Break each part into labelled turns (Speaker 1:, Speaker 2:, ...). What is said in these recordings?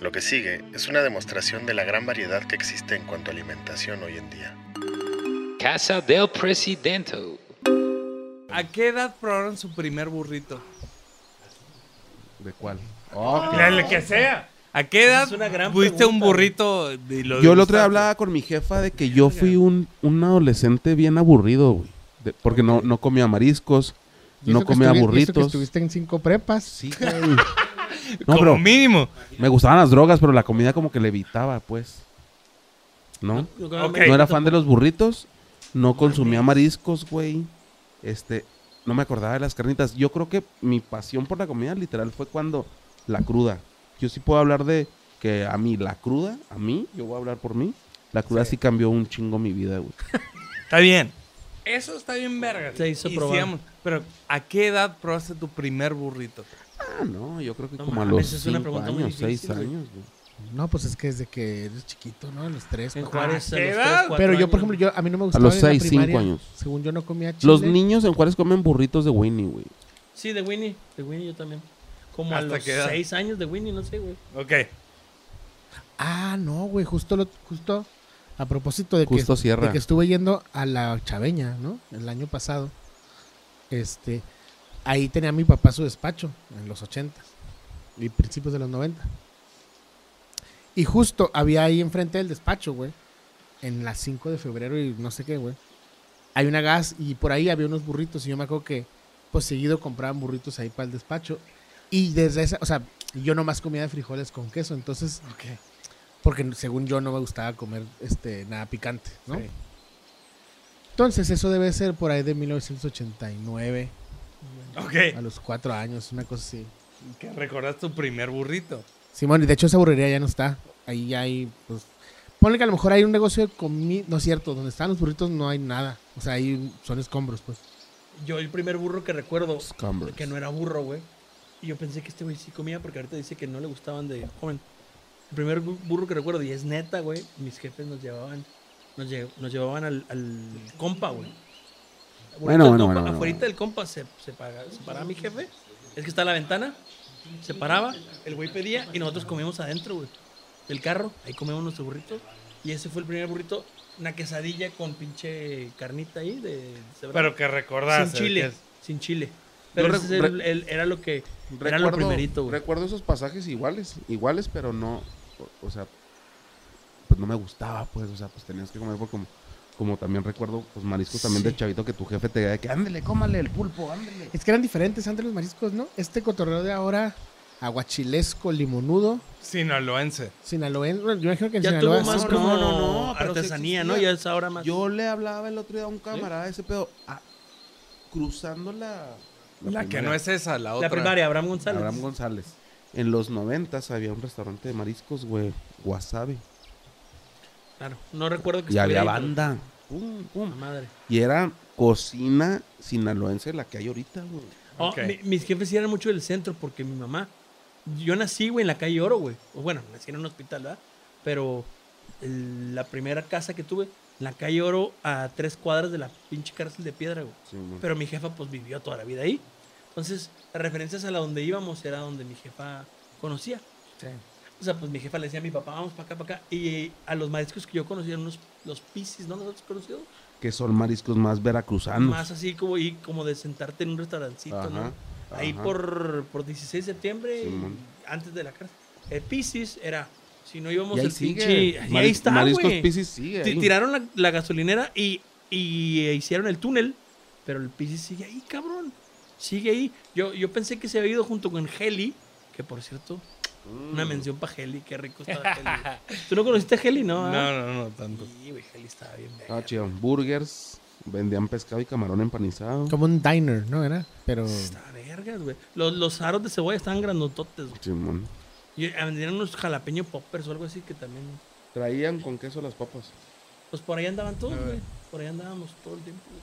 Speaker 1: Lo que sigue es una demostración de la gran variedad que existe en cuanto a alimentación hoy en día.
Speaker 2: Casa del Presidente.
Speaker 3: ¿A qué edad probaron su primer burrito?
Speaker 4: ¿De cuál?
Speaker 5: Ah,
Speaker 4: Ah,
Speaker 6: El que sea.
Speaker 3: ¿A qué edad
Speaker 6: Es una gran
Speaker 3: fuiste un
Speaker 6: pregunta.
Speaker 3: burrito? y lo
Speaker 4: Yo el otro
Speaker 3: degustaste?
Speaker 4: día hablaba con mi jefa de que yo fui un, un adolescente bien aburrido, güey. De- porque no, no comía mariscos,
Speaker 5: Y
Speaker 4: no
Speaker 5: eso que
Speaker 4: comía
Speaker 5: estuvi- y eso que
Speaker 4: burritos.
Speaker 5: Estuviste en cinco prepas.
Speaker 4: Sí, güey. No,
Speaker 3: Como
Speaker 4: pero
Speaker 3: mínimo.
Speaker 4: me gustaban las drogas, pero la comida como que le evitaba, pues. ¿No?
Speaker 3: Ok.
Speaker 4: No era fan de los burritos, no consumía mariscos, güey. Este, no me acordaba de las carnitas. Yo creo que mi pasión por la comida literal fue cuando la cruda. Yo sí puedo hablar de que a mí la cruda, a mí, yo voy a hablar por mí. La cruda sí, cambió un chingo mi vida, güey.
Speaker 3: Está bien. Eso está bien verga.
Speaker 6: Se hizo
Speaker 3: Y
Speaker 6: probar.
Speaker 3: sigamos. Pero, ¿a qué edad probaste tu primer burrito?
Speaker 4: Ah, no, yo creo que
Speaker 6: No
Speaker 4: como a
Speaker 6: mames,
Speaker 4: los
Speaker 6: es una
Speaker 4: cinco
Speaker 6: pregunta muy
Speaker 4: años, seis
Speaker 6: difícil, güey.
Speaker 4: años, güey.
Speaker 5: No, pues es que desde que eres chiquito, ¿no? A los tres.
Speaker 6: En
Speaker 5: cuatro.
Speaker 6: Juárez a
Speaker 3: ¿qué
Speaker 6: los
Speaker 3: edad?
Speaker 6: tres, cuatro
Speaker 5: Pero yo, por
Speaker 6: años.
Speaker 5: ejemplo, yo, a mí no me gustaba
Speaker 4: los
Speaker 5: en la
Speaker 4: seis,
Speaker 5: primaria.
Speaker 4: cinco años.
Speaker 5: Según yo no comía chile.
Speaker 4: Los niños en Juárez comen burritos de Winnie, güey.
Speaker 6: Sí, de Winnie. De Winnie yo también. Como a
Speaker 3: ¿Hasta
Speaker 6: los
Speaker 3: qué edad?
Speaker 6: seis años de Winnie, no sé, güey.
Speaker 3: Ok.
Speaker 5: Ah, no, güey. Justo, lo, justo a propósito de
Speaker 4: Justo
Speaker 5: que,
Speaker 4: cierra.
Speaker 5: de que estuve yendo a la Chaveña, ¿no? El año pasado. Este, ahí tenía mi papá su despacho en los 80 y principios de los 90. Y justo había ahí enfrente del despacho, güey. En las 5 de febrero y no sé qué, güey. Hay una gas y por ahí había unos burritos y yo me acuerdo que pues seguido compraban burritos ahí para el despacho. Y desde esa, o sea, yo nomás comía de frijoles con queso, entonces, porque según yo no me gustaba comer este nada picante, ¿no?
Speaker 3: Sí.
Speaker 5: Entonces eso debe ser por ahí de 1989, a
Speaker 3: Ok.
Speaker 5: los cuatro años, una cosa así.
Speaker 3: ¿Qué recordás tu primer burrito?
Speaker 5: Simón, y de hecho esa burrería ya no está. Ahí ya hay, pues. Ponle que a lo mejor hay un negocio de comida. No es cierto, donde están los burritos no hay nada. O sea, ahí son escombros, pues.
Speaker 6: Yo el primer burro que recuerdo,
Speaker 4: Scumbers.
Speaker 6: que no era burro, güey. Y yo pensé que este güey sí comía porque ahorita dice que no le gustaban de joven. El primer bu- burro que recuerdo, y es neta, güey, mis jefes nos llevaban, nos, lle- nos llevaban al, al compa, güey.
Speaker 4: Bueno,
Speaker 6: Afuerita
Speaker 4: bueno,
Speaker 6: del compa-
Speaker 4: bueno, bueno,
Speaker 6: afuerita
Speaker 4: bueno.
Speaker 6: del compa se, se, paga- se paraba mi jefe, es que está a la ventana, se paraba, el güey pedía y nosotros comíamos adentro, güey, del carro, ahí comíamos nuestro burrito. Y ese fue el primer burrito, una quesadilla con pinche carnita ahí de... de-
Speaker 3: Pero que recordás.
Speaker 7: eh,
Speaker 6: sin chile. Sin chile. Pero
Speaker 4: Yo
Speaker 6: ese
Speaker 4: re-
Speaker 6: es el- el- era lo que. era lo
Speaker 4: Recuerdo-
Speaker 6: primerito, güey.
Speaker 4: Recuerdo esos pasajes iguales, iguales, pero no, o, o sea, pues no me gustaba, pues, o sea, pues tenías que comer porque como, como también recuerdo, pues mariscos también
Speaker 6: Sí.
Speaker 4: de chavito que tu jefe te decía que ándele, cómale el pulpo, ándele.
Speaker 5: Es que eran diferentes antes los mariscos, ¿no? Este cotorreo de ahora, aguachilesco, limonudo,
Speaker 3: Sinaloense.
Speaker 5: sinaloense. Bueno, yo imagino que en
Speaker 6: Ya
Speaker 5: Sinaloa.
Speaker 6: tuvo más
Speaker 5: sí,
Speaker 6: como
Speaker 4: no, no, no, pero sí
Speaker 6: artesanía, ¿no?
Speaker 4: existía.
Speaker 6: Ya es ahora más. ¿Eh?
Speaker 4: Yo le hablaba el otro día a un camarada de ese pedo, ah, cruzando la...
Speaker 3: La, que no es esa, la otra.
Speaker 6: la primaria, Abraham González.
Speaker 4: Abraham González. En los noventas había un restaurante de mariscos, güey, wasabi.
Speaker 6: Claro. No recuerdo que
Speaker 4: Y había
Speaker 6: estuviera ahí,
Speaker 4: banda. Pum,
Speaker 6: pero-
Speaker 4: pum.
Speaker 6: La madre.
Speaker 4: Y era cocina sinaloense la que hay ahorita, güey.
Speaker 6: Oh,
Speaker 3: Ok.
Speaker 6: mi- mis jefes sí eran mucho del centro porque mi mamá. Yo nací, güey, en la calle Oro, güey. O Bueno, nací en un hospital, ¿verdad? Pero el- la primera casa que tuve, la calle Oro, a tres cuadras de la pinche cárcel de piedra, güey. Pero mi jefa pues vivió toda la vida ahí. Entonces, las referencias a la donde íbamos era donde mi jefa conocía. O sea, pues mi jefa le decía a mi papá, vamos para acá, para acá. Y eh, a los mariscos que yo conocía, eran unos, los piscis, ¿no? Nosotros conocidos.
Speaker 4: que son mariscos más veracruzanos.
Speaker 6: Más así como, y como de sentarte en un restaurancito,
Speaker 4: Ajá,
Speaker 6: ¿no? Ahí
Speaker 4: ajá.
Speaker 6: por, por 16 de septiembre, y
Speaker 4: Simón.
Speaker 6: antes de la cárcel. El piscis era, si no íbamos
Speaker 4: Y ahí
Speaker 6: el
Speaker 4: sigue.
Speaker 6: pinche... y ahí
Speaker 4: Mari-
Speaker 6: está,
Speaker 4: Mariscos
Speaker 6: güey.
Speaker 4: Piscis sigue
Speaker 6: Ti-
Speaker 4: ahí.
Speaker 6: Tiraron la, la gasolinera y, y, eh, hicieron el túnel, pero el Pisces sigue ahí, cabrón. Sigue ahí. Yo, yo pensé que se había ido junto con Heli, que por cierto,
Speaker 4: Mm.
Speaker 3: Mm.
Speaker 6: una mención para Heli, qué rico estaba Heli. ¿Tú no conociste a Heli, no?
Speaker 3: No,
Speaker 6: ah?
Speaker 3: no, no, tanto.
Speaker 6: Sí, güey, Heli estaba bien. verga.
Speaker 4: Ah, chido. Burgers, vendían pescado y camarón empanizado.
Speaker 5: Como un diner, ¿no? Era. Pero.
Speaker 6: Estaba vergas, güey. Los, los aros de cebolla estaban grandototes, güey.
Speaker 4: Simón.
Speaker 6: Y eh, vendieron unos jalapeño poppers o algo así que también.
Speaker 4: Traían con queso las papas.
Speaker 6: Pues por ahí andaban todos, güey. Por ahí andábamos todo el tiempo. güey.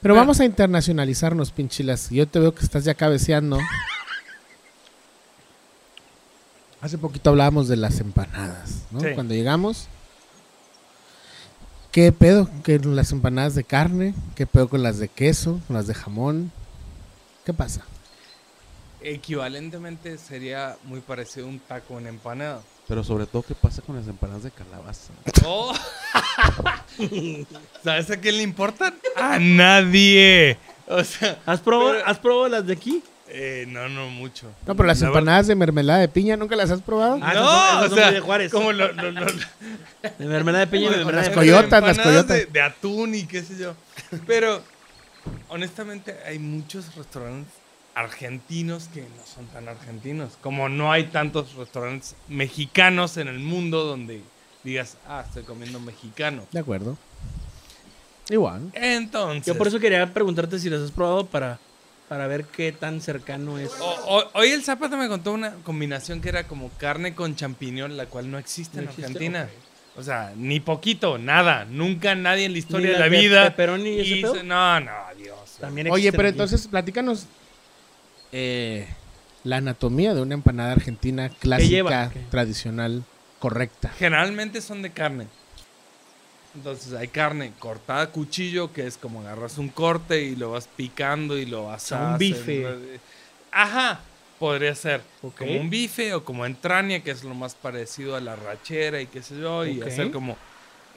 Speaker 5: Pero vamos a internacionalizarnos, pinchilas. Yo te veo que estás ya cabeceando. Hace poquito hablábamos de las empanadas, ¿no?
Speaker 3: Sí.
Speaker 5: Cuando llegamos. ¿Qué pedo? ¿Qué las empanadas de carne? ¿Qué pedo con las de queso? ¿Con las de jamón? ¿Qué pasa?
Speaker 7: equivalentemente sería muy parecido a un taco, una empanada.
Speaker 4: Pero sobre todo, ¿qué pasa con las empanadas de calabaza?
Speaker 7: Oh. ¿Sabes a quién le importan? A nadie. O sea,
Speaker 6: ¿Has probado,
Speaker 7: Pero-
Speaker 6: ¿Has probado las de aquí?
Speaker 7: eh, no, no mucho.
Speaker 5: No, pero las
Speaker 7: La verdad-
Speaker 5: empanadas de mermelada de piña, ¿nunca las has probado?
Speaker 6: Ah, esas son-
Speaker 7: no,
Speaker 6: esas
Speaker 7: o
Speaker 6: son
Speaker 7: sea,
Speaker 6: muy de Juárez.
Speaker 7: como lo- lo- lo-
Speaker 6: De mermelada de piña y de
Speaker 7: Bueno,
Speaker 6: mermelada de
Speaker 5: las
Speaker 6: fresa.
Speaker 5: coyotas, las
Speaker 7: empanadas
Speaker 5: coyotas.
Speaker 7: De, de atún y qué sé yo. Pero, honestamente, hay muchos restaurantes argentinos que no son tan argentinos. Como no hay tantos restaurantes mexicanos en el mundo donde digas, ah, estoy comiendo mexicano.
Speaker 5: De acuerdo. Igual.
Speaker 7: Entonces,
Speaker 6: Yo por eso quería preguntarte si las has probado para, para ver qué tan cercano es.
Speaker 7: o- o- hoy el Zapata me contó una combinación que era como carne con champiñón, la cual no existe en
Speaker 6: No existe,
Speaker 7: Argentina. O sea, ni poquito, nada. Nunca nadie en la historia
Speaker 6: Ni
Speaker 7: de la
Speaker 6: las de
Speaker 7: vida.
Speaker 6: pepperoni y ese
Speaker 7: hizo-
Speaker 6: pedo.
Speaker 7: No, no, Dios.
Speaker 6: También
Speaker 5: Oye,
Speaker 6: existen
Speaker 5: pero
Speaker 6: aquí.
Speaker 5: entonces platícanos eh, la anatomía de una empanada argentina clásica,
Speaker 6: lleva? ¿Qué?
Speaker 5: tradicional, correcta.
Speaker 7: Generalmente son de carne. Entonces hay carne cortada a cuchillo, que es como agarras un corte y lo vas picando y lo vas
Speaker 6: Como un
Speaker 7: a
Speaker 6: bife.
Speaker 7: Ajá, podría ser.
Speaker 6: Ok.
Speaker 7: Como un bife o como entraña, que es lo más parecido a la rachera y qué sé yo, y
Speaker 6: Ok.
Speaker 7: hacer como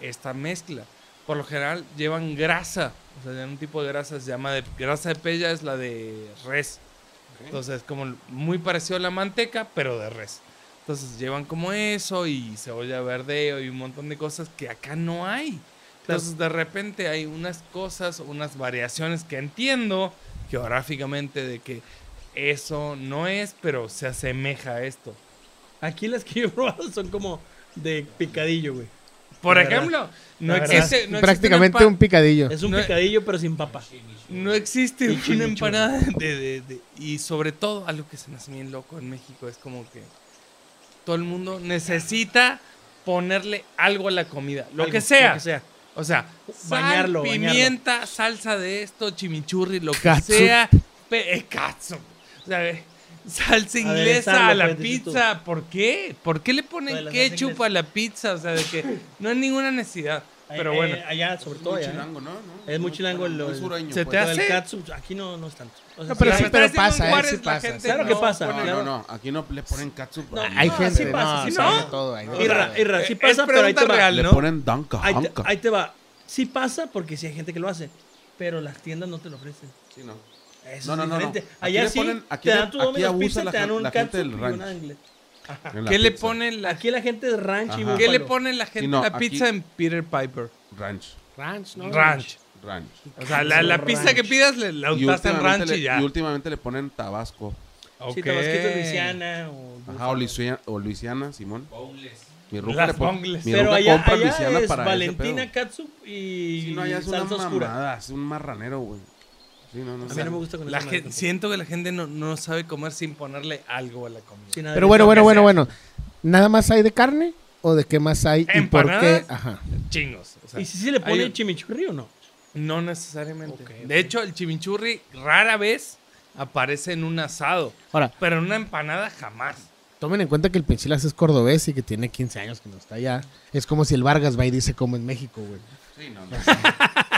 Speaker 7: esta mezcla. Por lo general llevan grasa, o sea, llevan un tipo de grasa, se llama de, grasa de pella, es la de res. Entonces, como muy parecido a la manteca, pero de res. Entonces llevan como eso y cebolla verde y un montón de cosas que acá no hay. Entonces de repente hay unas cosas, unas variaciones que entiendo geográficamente de que eso no es, pero se asemeja a esto.
Speaker 6: Aquí las que yo he probado son como de picadillo, güey.
Speaker 7: Por
Speaker 6: La verdad,
Speaker 7: ejemplo, no
Speaker 6: la verdad.
Speaker 7: existe... no existe una
Speaker 5: Prácticamente
Speaker 7: empa-
Speaker 5: un picadillo.
Speaker 6: Es un
Speaker 7: No, eh.
Speaker 6: picadillo, pero sin papa.
Speaker 7: No existe
Speaker 6: Y
Speaker 7: una
Speaker 6: chimichurri.
Speaker 7: empanada de, de- de- Y sobre todo, algo que se me hace bien loco en México es como que todo el mundo necesita ponerle algo a la comida, lo
Speaker 6: Algo,
Speaker 7: que sea.
Speaker 6: Lo que sea.
Speaker 7: O sea, sal,
Speaker 6: Bañarlo, bañarlo.
Speaker 7: pimienta, salsa de esto, chimichurri, lo que
Speaker 5: Catsup.
Speaker 7: sea. Pe eh, catsup. O sea, eh, salsa inglesa
Speaker 6: Aderezarlo,
Speaker 7: a la
Speaker 6: pues, dices tú.
Speaker 7: pizza. ¿Por qué? ¿Por qué le
Speaker 6: Lo de
Speaker 7: ponen
Speaker 6: la salsa
Speaker 7: ketchup
Speaker 6: inglesa.
Speaker 7: a la pizza? O sea, de que no hay ninguna necesidad. Pero
Speaker 6: Eh,
Speaker 7: bueno.
Speaker 6: eh, allá, sobre todo allá. ¿eh?
Speaker 4: ¿no?
Speaker 6: Es muy chilango el- el-
Speaker 7: Se
Speaker 6: Lo
Speaker 4: pues.
Speaker 7: te
Speaker 6: del
Speaker 7: hace-
Speaker 6: catsup, aquí no, no es tanto. O sea,
Speaker 5: No, pero
Speaker 7: Si
Speaker 6: sí-
Speaker 5: sí,
Speaker 7: me
Speaker 5: pero
Speaker 7: estás diciendo
Speaker 5: pasa,
Speaker 7: en
Speaker 5: eh,
Speaker 7: Juárez,
Speaker 5: sí
Speaker 7: la
Speaker 5: pasa.
Speaker 7: gente
Speaker 6: Claro que
Speaker 7: no
Speaker 6: pasa,
Speaker 7: pone-
Speaker 6: claro.
Speaker 4: No, no, aquí no le ponen catsup.
Speaker 6: No,
Speaker 4: güey.
Speaker 5: Hay
Speaker 6: no,
Speaker 5: gente,
Speaker 6: sí
Speaker 5: no,
Speaker 6: pasa, sí
Speaker 5: se hace
Speaker 7: Ah, pasa.
Speaker 5: todo, hay de
Speaker 6: Irra,
Speaker 5: todo.
Speaker 6: irra, sí
Speaker 7: Eh,
Speaker 6: pasa,
Speaker 7: es
Speaker 6: pero ahí
Speaker 7: pregunta
Speaker 6: te va.
Speaker 7: real.
Speaker 4: Le
Speaker 7: ¿no?
Speaker 4: ponen danca,
Speaker 6: Ahí te,
Speaker 4: danca.
Speaker 6: ahí te va. Sí pasa porque sí hay gente que lo hace, pero las tiendas no te lo ofrecen.
Speaker 4: Sí, no.
Speaker 6: Eso
Speaker 4: No,
Speaker 6: es
Speaker 4: no, no, no.
Speaker 6: diferente.
Speaker 4: Aquí
Speaker 6: Allá
Speaker 4: le
Speaker 6: sí
Speaker 4: ponen- aquí
Speaker 6: te
Speaker 4: le-
Speaker 6: dan tu
Speaker 4: aquí
Speaker 6: Domino's
Speaker 4: abusa
Speaker 6: Pizza,
Speaker 4: la
Speaker 6: te dan
Speaker 4: gen-
Speaker 6: un
Speaker 4: la gente
Speaker 6: catsup
Speaker 4: del
Speaker 6: y
Speaker 4: ranch.
Speaker 6: una angle.
Speaker 4: En la
Speaker 7: ¿Qué le
Speaker 4: pizza.
Speaker 7: ponen la
Speaker 6: Aquí la gente es ranch y
Speaker 4: Ajá.
Speaker 7: ¿Qué le
Speaker 6: búfalo.
Speaker 7: pone la gente
Speaker 4: no,
Speaker 7: a la pizza
Speaker 4: aquí-
Speaker 7: en Peter Piper?
Speaker 4: Ranch,
Speaker 5: Ranch, ¿no?
Speaker 7: Ranch.
Speaker 4: ranch.
Speaker 7: O sea, la, la pizza
Speaker 6: Ranch.
Speaker 7: que pidas le- la
Speaker 4: Y
Speaker 7: untas en
Speaker 4: últimamente,
Speaker 7: ranch
Speaker 4: le,
Speaker 7: y ya.
Speaker 4: y últimamente le ponen tabasco.
Speaker 6: Sí,
Speaker 7: Ok.
Speaker 6: Tabasquito de Luisiana o
Speaker 4: Ajá, o Luisiana, o Luisiana Simón. Mi ruca
Speaker 7: Las
Speaker 4: le pone.
Speaker 7: bongles.
Speaker 4: Mi
Speaker 6: Pero
Speaker 4: ruca
Speaker 6: allá,
Speaker 4: compra
Speaker 6: allá
Speaker 4: Luisiana
Speaker 6: es
Speaker 4: para ese
Speaker 6: Valentina
Speaker 4: pedo.
Speaker 6: catsup y
Speaker 4: Si no, allá es una
Speaker 6: salsa oscura.
Speaker 4: mamada, es un marranero, güey. Sí, no, no
Speaker 6: A
Speaker 4: sé.
Speaker 6: mí no me gusta con
Speaker 7: La
Speaker 6: esa
Speaker 7: gen-
Speaker 6: madre.
Speaker 7: siento que la gente no, no sabe comer sin ponerle algo a la comida.
Speaker 6: Sin
Speaker 5: Pero
Speaker 6: aderezo.
Speaker 5: bueno,
Speaker 7: Lo que
Speaker 5: bueno,
Speaker 7: sea.
Speaker 5: bueno, bueno. ¿Nada más hay de carne o de qué más hay y por qué?
Speaker 7: ¿Empanadas?
Speaker 5: Ajá.
Speaker 7: Chingos. o sea,
Speaker 6: ¿Y si se le
Speaker 7: hay
Speaker 6: pone
Speaker 7: un-
Speaker 6: chimichurri o no?
Speaker 7: No necesariamente.
Speaker 6: Ok,
Speaker 7: De hecho, el chimichurri rara vez aparece en un asado,
Speaker 5: Ahora,
Speaker 7: pero en una empanada jamás.
Speaker 5: tomen en cuenta que el Penchilas es cordobés y que tiene 15 años que no está allá. Es como si el Vargas va y dice como en México, güey.
Speaker 4: Sí, no, no.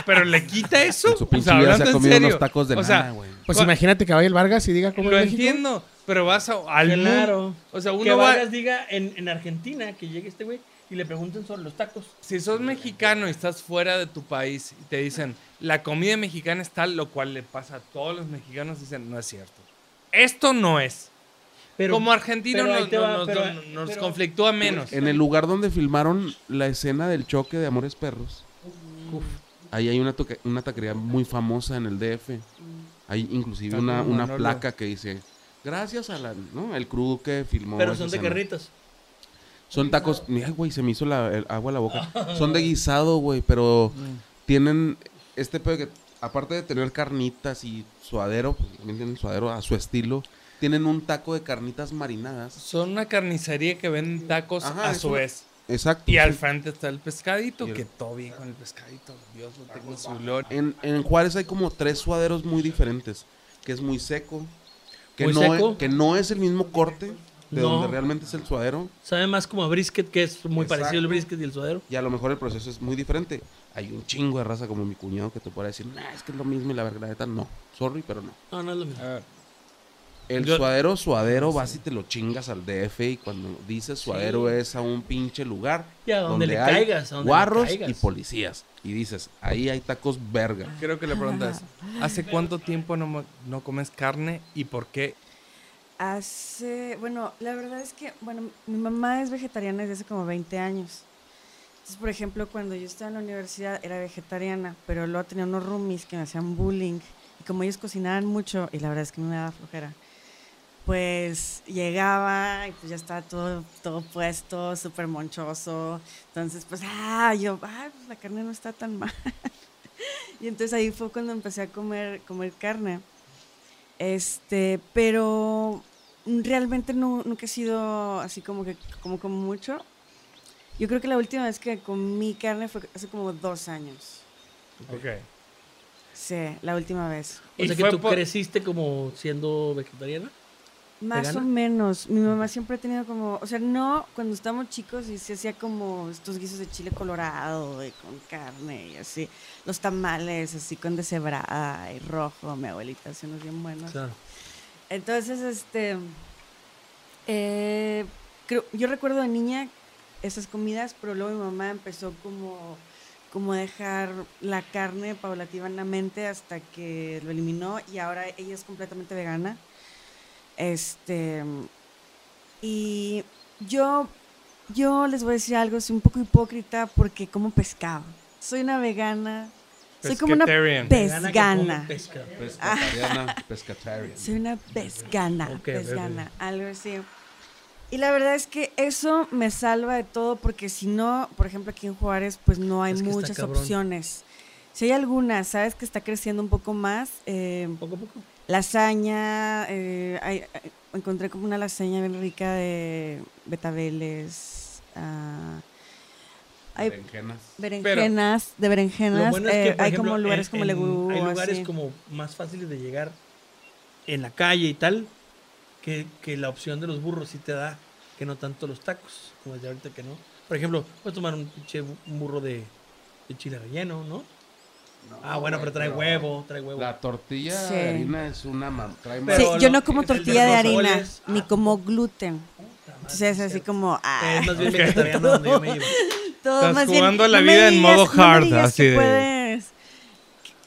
Speaker 7: Pero le quita eso.
Speaker 4: En
Speaker 6: Pues
Speaker 4: su pinche
Speaker 7: o sea,
Speaker 4: vida se
Speaker 7: hablando
Speaker 4: ha
Speaker 7: en
Speaker 4: comido
Speaker 7: serio.
Speaker 4: unos tacos de
Speaker 7: O sea,
Speaker 4: nana, güey.
Speaker 5: Pues
Speaker 7: Cu-
Speaker 5: imagínate que vaya el Vargas y diga como
Speaker 7: Lo
Speaker 5: en México.
Speaker 7: entiendo, pero vas a- al mundo.
Speaker 6: Claro.
Speaker 7: O sea,
Speaker 6: que
Speaker 7: uno va.
Speaker 6: Vargas diga en, en Argentina que llegue este güey y le pregunten sobre los tacos.
Speaker 7: Si sos mexicano y estás fuera de tu país y te dicen la comida mexicana es tal, lo cual le pasa a todos los mexicanos, dicen no es cierto. Esto no es.
Speaker 6: Pero,
Speaker 7: Como argentino
Speaker 6: pero ahí
Speaker 7: nos,
Speaker 6: te va,
Speaker 7: nos-
Speaker 6: pero-
Speaker 7: nos- nos
Speaker 6: pero-
Speaker 7: conflictúa menos.
Speaker 4: En el lugar donde filmaron la escena del choque de Amores Perros, ahí hay una, toca- una taquería muy famosa en el DF. Hay inclusive
Speaker 7: Ah,
Speaker 4: una,
Speaker 7: no,
Speaker 4: una
Speaker 7: no, no.
Speaker 4: placa que dice, gracias a la, ¿no? el crew que filmó.
Speaker 6: pero
Speaker 4: esa
Speaker 6: son de
Speaker 4: escena".
Speaker 6: carritos.
Speaker 4: Son tacos, mira, güey, se me hizo la, el agua a la boca. Son de guisado, güey, pero tienen este pedo que, aparte de tener carnitas y suadero, pues, también tienen suadero a su estilo, tienen un taco de carnitas marinadas.
Speaker 7: Son una carnicería que venden tacos
Speaker 4: Ajá,
Speaker 7: a
Speaker 4: es
Speaker 7: su
Speaker 4: una-
Speaker 7: vez.
Speaker 4: Exacto.
Speaker 7: Y al
Speaker 4: sí.
Speaker 7: frente está el pescadito,
Speaker 4: Y el-
Speaker 7: que todo bien con el pescadito. Dios lo tenga en su gloria.
Speaker 4: En, en Juárez hay como tres suaderos muy diferentes, que es muy seco, que,
Speaker 6: Muy
Speaker 4: no,
Speaker 6: seco.
Speaker 4: Es, que no es el mismo corte de
Speaker 6: No.
Speaker 4: donde realmente es el suadero.
Speaker 6: Sabe más como a brisket, que es muy
Speaker 4: Exacto.
Speaker 6: parecido el brisket y el suadero.
Speaker 4: Y a lo mejor el proceso es muy diferente. Hay un chingo de raza como mi cuñado que te puede decir, nah, es que es lo mismo y la verdad, la neta, no. Sorry, pero no.
Speaker 6: No, no es lo mismo.
Speaker 7: A ver,
Speaker 4: El
Speaker 7: Yo-
Speaker 4: suadero, suadero, vas y te lo chingas al DF y cuando dices suadero es a un pinche lugar
Speaker 6: Y a donde le
Speaker 4: hay
Speaker 6: caigas, a donde le
Speaker 4: guarros
Speaker 6: caigas.
Speaker 4: y policías. Y dices, ahí hay tacos verga.
Speaker 7: Creo que la pregunta es, ¿hace cuánto tiempo no, mo- no comes carne y por qué?
Speaker 8: Hace, bueno, la verdad es que, bueno, mi mamá es vegetariana desde hace como 20 años. Entonces, por ejemplo, cuando yo estaba en la universidad era vegetariana, pero luego tenía unos roomies que me hacían bullying. Y como ellos cocinaban mucho, y la verdad es que a mí me daba flojera, pues llegaba y pues ya estaba todo, todo puesto, súper monchoso. Entonces, pues, ah, yo, ah, pues la carne no está tan mal. y entonces ahí fue cuando empecé a comer, comer carne. Este, pero realmente no, nunca he sido así como que como como mucho. Yo creo que la última vez que comí carne fue hace como dos años.
Speaker 7: Ok.
Speaker 8: Sí, la última vez.
Speaker 6: O
Speaker 7: Y
Speaker 6: sea que
Speaker 7: fue
Speaker 6: tú
Speaker 7: por-
Speaker 6: creciste como siendo vegetariana.
Speaker 8: Más
Speaker 6: ¿Vegana?
Speaker 8: o menos. Mi mamá siempre ha tenido como, o sea, no cuando estábamos chicos y se hacía como estos guisos de chile colorado y con carne y así. Los tamales así con deshebrada y rojo. Mi abuelita hacía unos bien buenos.
Speaker 6: Claro.
Speaker 8: Entonces, este. eh, creo, yo recuerdo de niña esas comidas, pero luego mi mamá empezó como, como a dejar la carne paulatinamente hasta que lo eliminó y ahora ella es completamente vegana. Este. Y yo, yo les voy a decir algo, soy un poco hipócrita porque como pescado. Soy una vegana. Soy como una
Speaker 7: Pescatarian.
Speaker 6: Vegana que come
Speaker 8: pesgana.
Speaker 6: pesca. pues,
Speaker 4: Pescatariana,
Speaker 8: Ah.
Speaker 4: pescatarian.
Speaker 8: Soy una pescana,
Speaker 6: Ok, bebé.
Speaker 8: pescana, algo así. Y la verdad es que eso me salva de todo porque si no, por ejemplo, aquí en Juárez, pues no hay
Speaker 6: Es que está
Speaker 8: muchas
Speaker 6: cabrón.
Speaker 8: opciones. Si hay algunas, sabes que está creciendo un poco más. eh,
Speaker 6: Poco a poco.
Speaker 8: lasaña, eh, hay- hay- encontré como una lasaña bien rica de betabeles. ah, hay
Speaker 4: Berenjenas.
Speaker 8: berenjenas, de
Speaker 6: Lo
Speaker 8: berenjenas.
Speaker 6: bueno es que,
Speaker 8: eh,
Speaker 6: por
Speaker 8: hay
Speaker 6: ejemplo,
Speaker 8: como lugares
Speaker 6: en-
Speaker 8: como
Speaker 6: en-
Speaker 8: Legú.
Speaker 6: Hay lugares
Speaker 8: así.
Speaker 6: como más fáciles de llegar en la calle y tal que, que la opción de los burros sí te da, que no tanto los tacos, como el de ahorita que no. Por ejemplo, puedes tomar un pinche bu- un burro de, de chile relleno, ¿no? ah, bueno, pero trae huevo, trae huevo.
Speaker 4: La tortilla
Speaker 8: Sí.
Speaker 4: de harina es una mam- trae
Speaker 8: Sí,
Speaker 6: Pero
Speaker 8: yo
Speaker 6: lo-
Speaker 8: no como
Speaker 6: el-
Speaker 8: tortilla de
Speaker 6: los
Speaker 8: harina,
Speaker 6: frijoles,
Speaker 8: ni
Speaker 6: ah.
Speaker 8: como gluten.
Speaker 6: Puta madre,
Speaker 8: Entonces es
Speaker 6: es
Speaker 8: así
Speaker 6: cierto.
Speaker 8: como, ah,
Speaker 6: Es más bien vegetariano donde yo me llevo.
Speaker 8: todo
Speaker 7: Estás
Speaker 8: más bien,
Speaker 7: jugando la
Speaker 8: no me
Speaker 7: vida en modo
Speaker 8: digas- no me
Speaker 7: hard,
Speaker 8: digas
Speaker 7: así
Speaker 8: que
Speaker 7: de-
Speaker 8: puedes-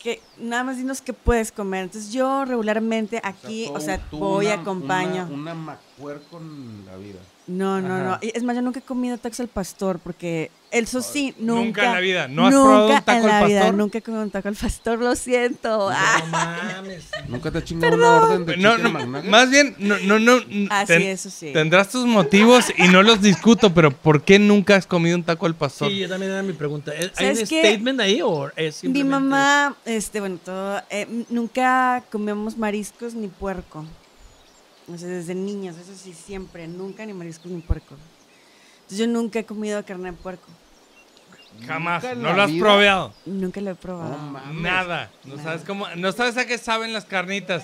Speaker 8: que, nada más dinos que puedes comer. Entonces yo regularmente aquí, o sea,
Speaker 4: tú
Speaker 8: voy,
Speaker 4: una-
Speaker 8: acompaño.
Speaker 4: Una, una macuer con la vida.
Speaker 8: No, no,
Speaker 7: Ajá.
Speaker 8: no. Y Es más, yo nunca he comido tacos al pastor porque eso sí, nunca.
Speaker 7: Nunca en la vida. ¿No has
Speaker 8: nunca
Speaker 7: probado un taco
Speaker 8: en la
Speaker 7: al
Speaker 8: vida,
Speaker 7: pastor?
Speaker 8: Nunca he comido un taco al pastor, lo siento. Ah,
Speaker 6: No mames.
Speaker 4: Nunca te he chingado una orden de
Speaker 7: No,
Speaker 4: chicken
Speaker 7: no,
Speaker 4: McNuggets?
Speaker 7: más bien, no, no, no. n-
Speaker 8: así
Speaker 7: ten-
Speaker 8: eso sí.
Speaker 7: Tendrás tus motivos y no los discuto, pero ¿por qué nunca has comido un taco al pastor?
Speaker 6: Sí, yo también era mi pregunta. ¿E-, ¿Hay un
Speaker 8: ¿Sabes qué?
Speaker 6: statement ahí o es
Speaker 8: Mi
Speaker 6: simplemente-
Speaker 8: mamá, este, bueno, todo, eh, m- nunca comíamos mariscos ni puerco. O sea, desde niños, eso sí, siempre, nunca ni mariscos ni puerco. Entonces, yo nunca he comido carne de puerco,
Speaker 7: Jamás.
Speaker 4: Nunca en
Speaker 7: No
Speaker 4: la
Speaker 7: lo has
Speaker 4: vida.
Speaker 7: probado.
Speaker 8: nunca lo he probado.
Speaker 4: No mames.
Speaker 7: Nada. No sabes cómo, no sabes a qué saben las carnitas.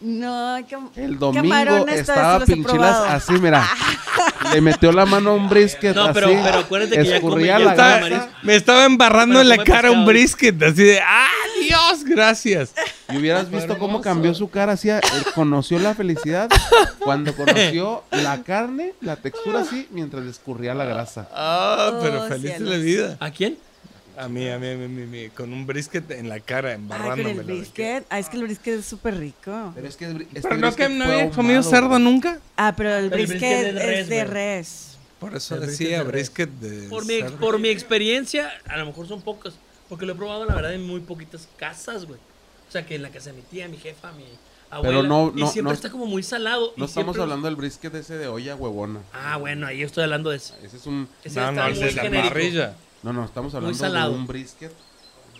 Speaker 8: No, hay cam-
Speaker 4: El domingo
Speaker 8: camarones, todo eso
Speaker 4: estaba
Speaker 8: los he
Speaker 4: Pinchilas
Speaker 8: probado.
Speaker 4: así, mira. Le metió la mano a un brisket
Speaker 6: No, pero-
Speaker 4: así,
Speaker 6: pero acuérdate que ya come-
Speaker 4: escurría
Speaker 6: ya
Speaker 4: la
Speaker 6: está-
Speaker 4: grasa.
Speaker 6: Marisco.
Speaker 7: Me estaba embarrando
Speaker 6: Pero
Speaker 7: en la
Speaker 6: come
Speaker 7: cara un
Speaker 6: pescado.
Speaker 7: brisket, así de ¡Ah, Dios! Gracias.
Speaker 4: Y hubieras visto cómo cambió su cara, así, eh, conoció la felicidad cuando conoció la carne, la textura así, mientras le escurría la grasa.
Speaker 7: Ah,
Speaker 8: Oh,
Speaker 7: pero feliz de la
Speaker 8: cielos.
Speaker 7: vida.
Speaker 6: ¿A quién?
Speaker 7: A mí, a mí, a mí, a mí, a mí, con un brisket en la cara,
Speaker 8: Ay, con
Speaker 7: embarrándome.
Speaker 8: el brisket. Ah, es que el brisket es súper rico.
Speaker 4: Pero es que el bri- este
Speaker 7: Pero no
Speaker 4: brisket
Speaker 7: que no
Speaker 4: fue
Speaker 7: había comido
Speaker 4: ahumado,
Speaker 7: cerdo
Speaker 4: güey.
Speaker 7: nunca.
Speaker 8: Ah, pero el
Speaker 6: Pero el
Speaker 8: brisket,
Speaker 6: brisket es
Speaker 8: es de
Speaker 6: res, güey.
Speaker 8: res.
Speaker 7: Por eso
Speaker 6: El brisket
Speaker 7: decía
Speaker 6: de res.
Speaker 7: brisket de.
Speaker 6: Por mi,
Speaker 7: cerdo.
Speaker 6: por mi experiencia, a lo mejor son pocos. Porque lo he probado, la verdad, en muy poquitas casas, güey. O sea, que en la casa de mi tía, mi jefa, mi abuela.
Speaker 4: no-
Speaker 6: y
Speaker 4: no-
Speaker 6: siempre
Speaker 4: no-
Speaker 6: está como muy salado. y
Speaker 4: No estamos
Speaker 6: siempre-
Speaker 4: hablando del brisket ese de olla huevona.
Speaker 6: Ah, bueno, ahí yo estoy hablando de eso.
Speaker 4: Ese es un.
Speaker 6: Ese
Speaker 7: No,
Speaker 6: está
Speaker 7: no, el
Speaker 6: muy
Speaker 7: de la
Speaker 6: genérico.
Speaker 7: parrilla.
Speaker 4: No, no, estamos
Speaker 6: Muy
Speaker 4: hablando de
Speaker 6: salado.
Speaker 4: un brisket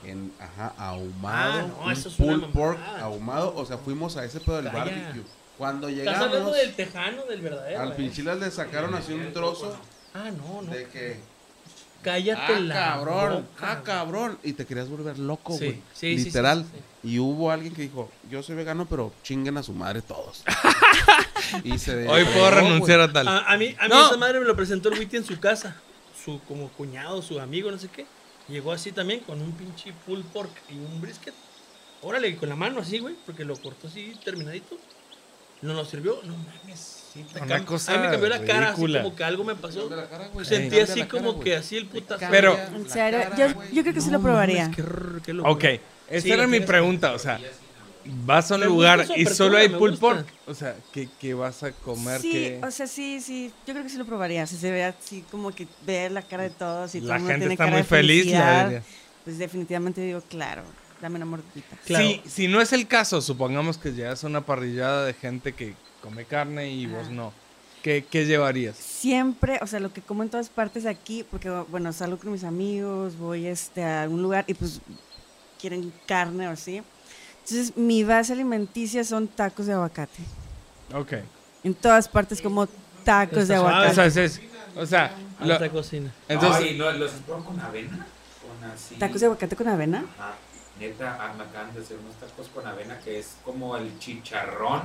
Speaker 4: en, ajá, ahumado.
Speaker 6: Ah, no,
Speaker 4: un
Speaker 6: eso es una
Speaker 4: pulled pork
Speaker 6: mamada.
Speaker 4: ahumado. O sea, fuimos a ese pedo del
Speaker 6: Calla.
Speaker 4: barbecue. Cuando
Speaker 6: Estás
Speaker 4: llegamos,
Speaker 6: hablando del tejano, del verdadero.
Speaker 4: al
Speaker 6: eh.
Speaker 4: pinchilas le sacaron así un trozo
Speaker 6: Ah, no, no.
Speaker 4: de que.
Speaker 6: Cállate
Speaker 4: Ah,
Speaker 6: la.
Speaker 4: cabrón,
Speaker 6: boca,
Speaker 4: ah, cabrón. Y te querías volver loco,
Speaker 6: Sí,
Speaker 4: güey.
Speaker 6: sí, sí, sí,
Speaker 4: Literal.
Speaker 6: sí,
Speaker 4: Y hubo alguien que dijo, yo soy vegano, pero chinguen a su madre todos. y se
Speaker 7: Hoy puedo
Speaker 4: entregó,
Speaker 7: renunciar a tal.
Speaker 6: A, a mí, a mí
Speaker 7: No.
Speaker 6: esa madre me lo presentó el Witty en su casa. Su como cuñado, su amigo, no sé qué. Llegó así también con un pinche pull pork y un brisket. Órale, con la mano así, güey, porque lo cortó así terminadito. No nos sirvió. No mames. Sí, te
Speaker 7: Una
Speaker 6: cam-
Speaker 7: cosa
Speaker 6: a mí me cambió la cara, así
Speaker 7: ridícula.
Speaker 6: como que algo me pasó. Pues Sentí
Speaker 7: Cambia
Speaker 6: así
Speaker 7: la cara,
Speaker 6: como
Speaker 7: güey.
Speaker 6: que así el putazo.
Speaker 7: Pero-
Speaker 8: En serio, yo, yo creo que sí lo probaría.
Speaker 6: Qué rrr, qué locura.
Speaker 7: Ok, esa
Speaker 6: Sí,
Speaker 7: era
Speaker 6: lo
Speaker 7: mi
Speaker 6: tienes.
Speaker 7: pregunta, o sea, vas a un
Speaker 6: Me
Speaker 7: lugar
Speaker 6: gusta su
Speaker 7: y solo
Speaker 6: apertura,
Speaker 7: hay
Speaker 6: me
Speaker 7: pulled
Speaker 6: gusta.
Speaker 7: pork, o sea, ¿qué, qué vas a comer?
Speaker 8: Sí,
Speaker 7: ¿Qué-
Speaker 8: o sea, sí, sí. Yo creo que sí lo probaría. Si se ve así como que ver la cara de todos y todo
Speaker 7: La
Speaker 8: el mundo
Speaker 7: gente
Speaker 8: tiene
Speaker 7: está
Speaker 8: cara
Speaker 7: muy
Speaker 8: de
Speaker 7: feliz, la
Speaker 8: felicidad,
Speaker 7: verdad.
Speaker 8: Pues definitivamente digo, claro, dame una mordita.
Speaker 6: Claro.
Speaker 7: Si, si no es el caso, supongamos que llegas a una parrillada de gente que come carne y vos
Speaker 8: Ah.
Speaker 7: no, ¿qué, qué llevarías?
Speaker 8: Siempre, o sea, lo que como en todas partes aquí, porque bueno, salgo con mis amigos, voy este, a algún lugar y pues quieren carne o así. Entonces, mi base alimenticia son tacos de aguacate.
Speaker 7: Ok.
Speaker 8: En todas partes como tacos de
Speaker 6: Ah,
Speaker 7: Ah, o
Speaker 8: aguacate.
Speaker 7: sea, es- es- o sea, lo-
Speaker 6: Alta cocina.
Speaker 7: entonces,
Speaker 9: Ay, no, los espero con avena. Con así.
Speaker 8: Tacos de aguacate con avena.
Speaker 9: Ajá. Neta, ah, me acaban de hacer unos tacos con avena que es como el chicharrón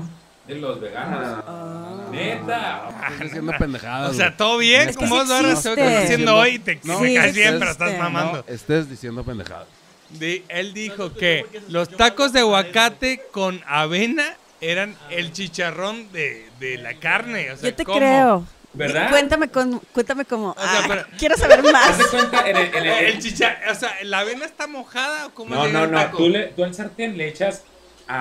Speaker 9: de los veganos.
Speaker 8: Ah.
Speaker 9: Neta.
Speaker 4: Estás diciendo pendejadas.
Speaker 7: o sea,
Speaker 4: güey.
Speaker 7: todo bien,
Speaker 8: Es que
Speaker 7: como
Speaker 8: sí
Speaker 7: vos ahora se
Speaker 8: existe.
Speaker 7: estás diciendo hoy, te,
Speaker 8: No,
Speaker 7: te
Speaker 8: sí
Speaker 7: caes bien, pero
Speaker 8: existe.
Speaker 7: estás mamando.
Speaker 4: No estés diciendo pendejadas.
Speaker 7: Di- él dijo que los tacos de aguacate con avena eran el chicharrón de, de la carne. O sea,
Speaker 8: Yo te
Speaker 7: ¿cómo?
Speaker 8: creo.
Speaker 9: ¿Verdad?
Speaker 8: Cuéntame, con, cuéntame cómo.
Speaker 7: sea,
Speaker 8: Ay,
Speaker 7: pero-
Speaker 8: quiero saber más.
Speaker 9: ¿Haz de cuenta? En el, en el-
Speaker 7: El chicha, o sea, ¿la avena está mojada o cómo
Speaker 9: No,
Speaker 7: llega
Speaker 9: no,
Speaker 7: el
Speaker 9: no.
Speaker 7: taco?
Speaker 9: Tú, le, tú al sartén le echas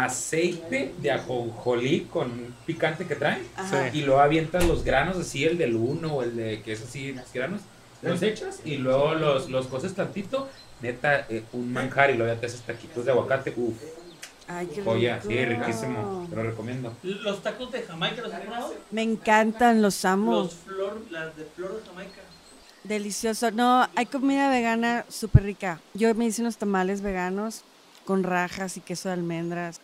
Speaker 9: aceite de ajonjolí con picante que trae
Speaker 8: Ajá.
Speaker 9: y luego avientas los granos así, el del uno o el de que es así, los granos, los echas y luego los, los coces tantito. Neta, eh, un manjar y luego ya te haces taquitos de aguacate. Uf,
Speaker 8: Ay, qué
Speaker 9: joya,
Speaker 8: rico.
Speaker 9: sí, riquísimo. Te lo recomiendo.
Speaker 6: Los tacos de Jamaica, ¿los has probado?
Speaker 8: Me encantan, los amo.
Speaker 6: Los flor, las de flor de Jamaica.
Speaker 8: Delicioso. No, hay comida vegana súper rica. Yo me hice unos tamales veganos con rajas y queso de almendras.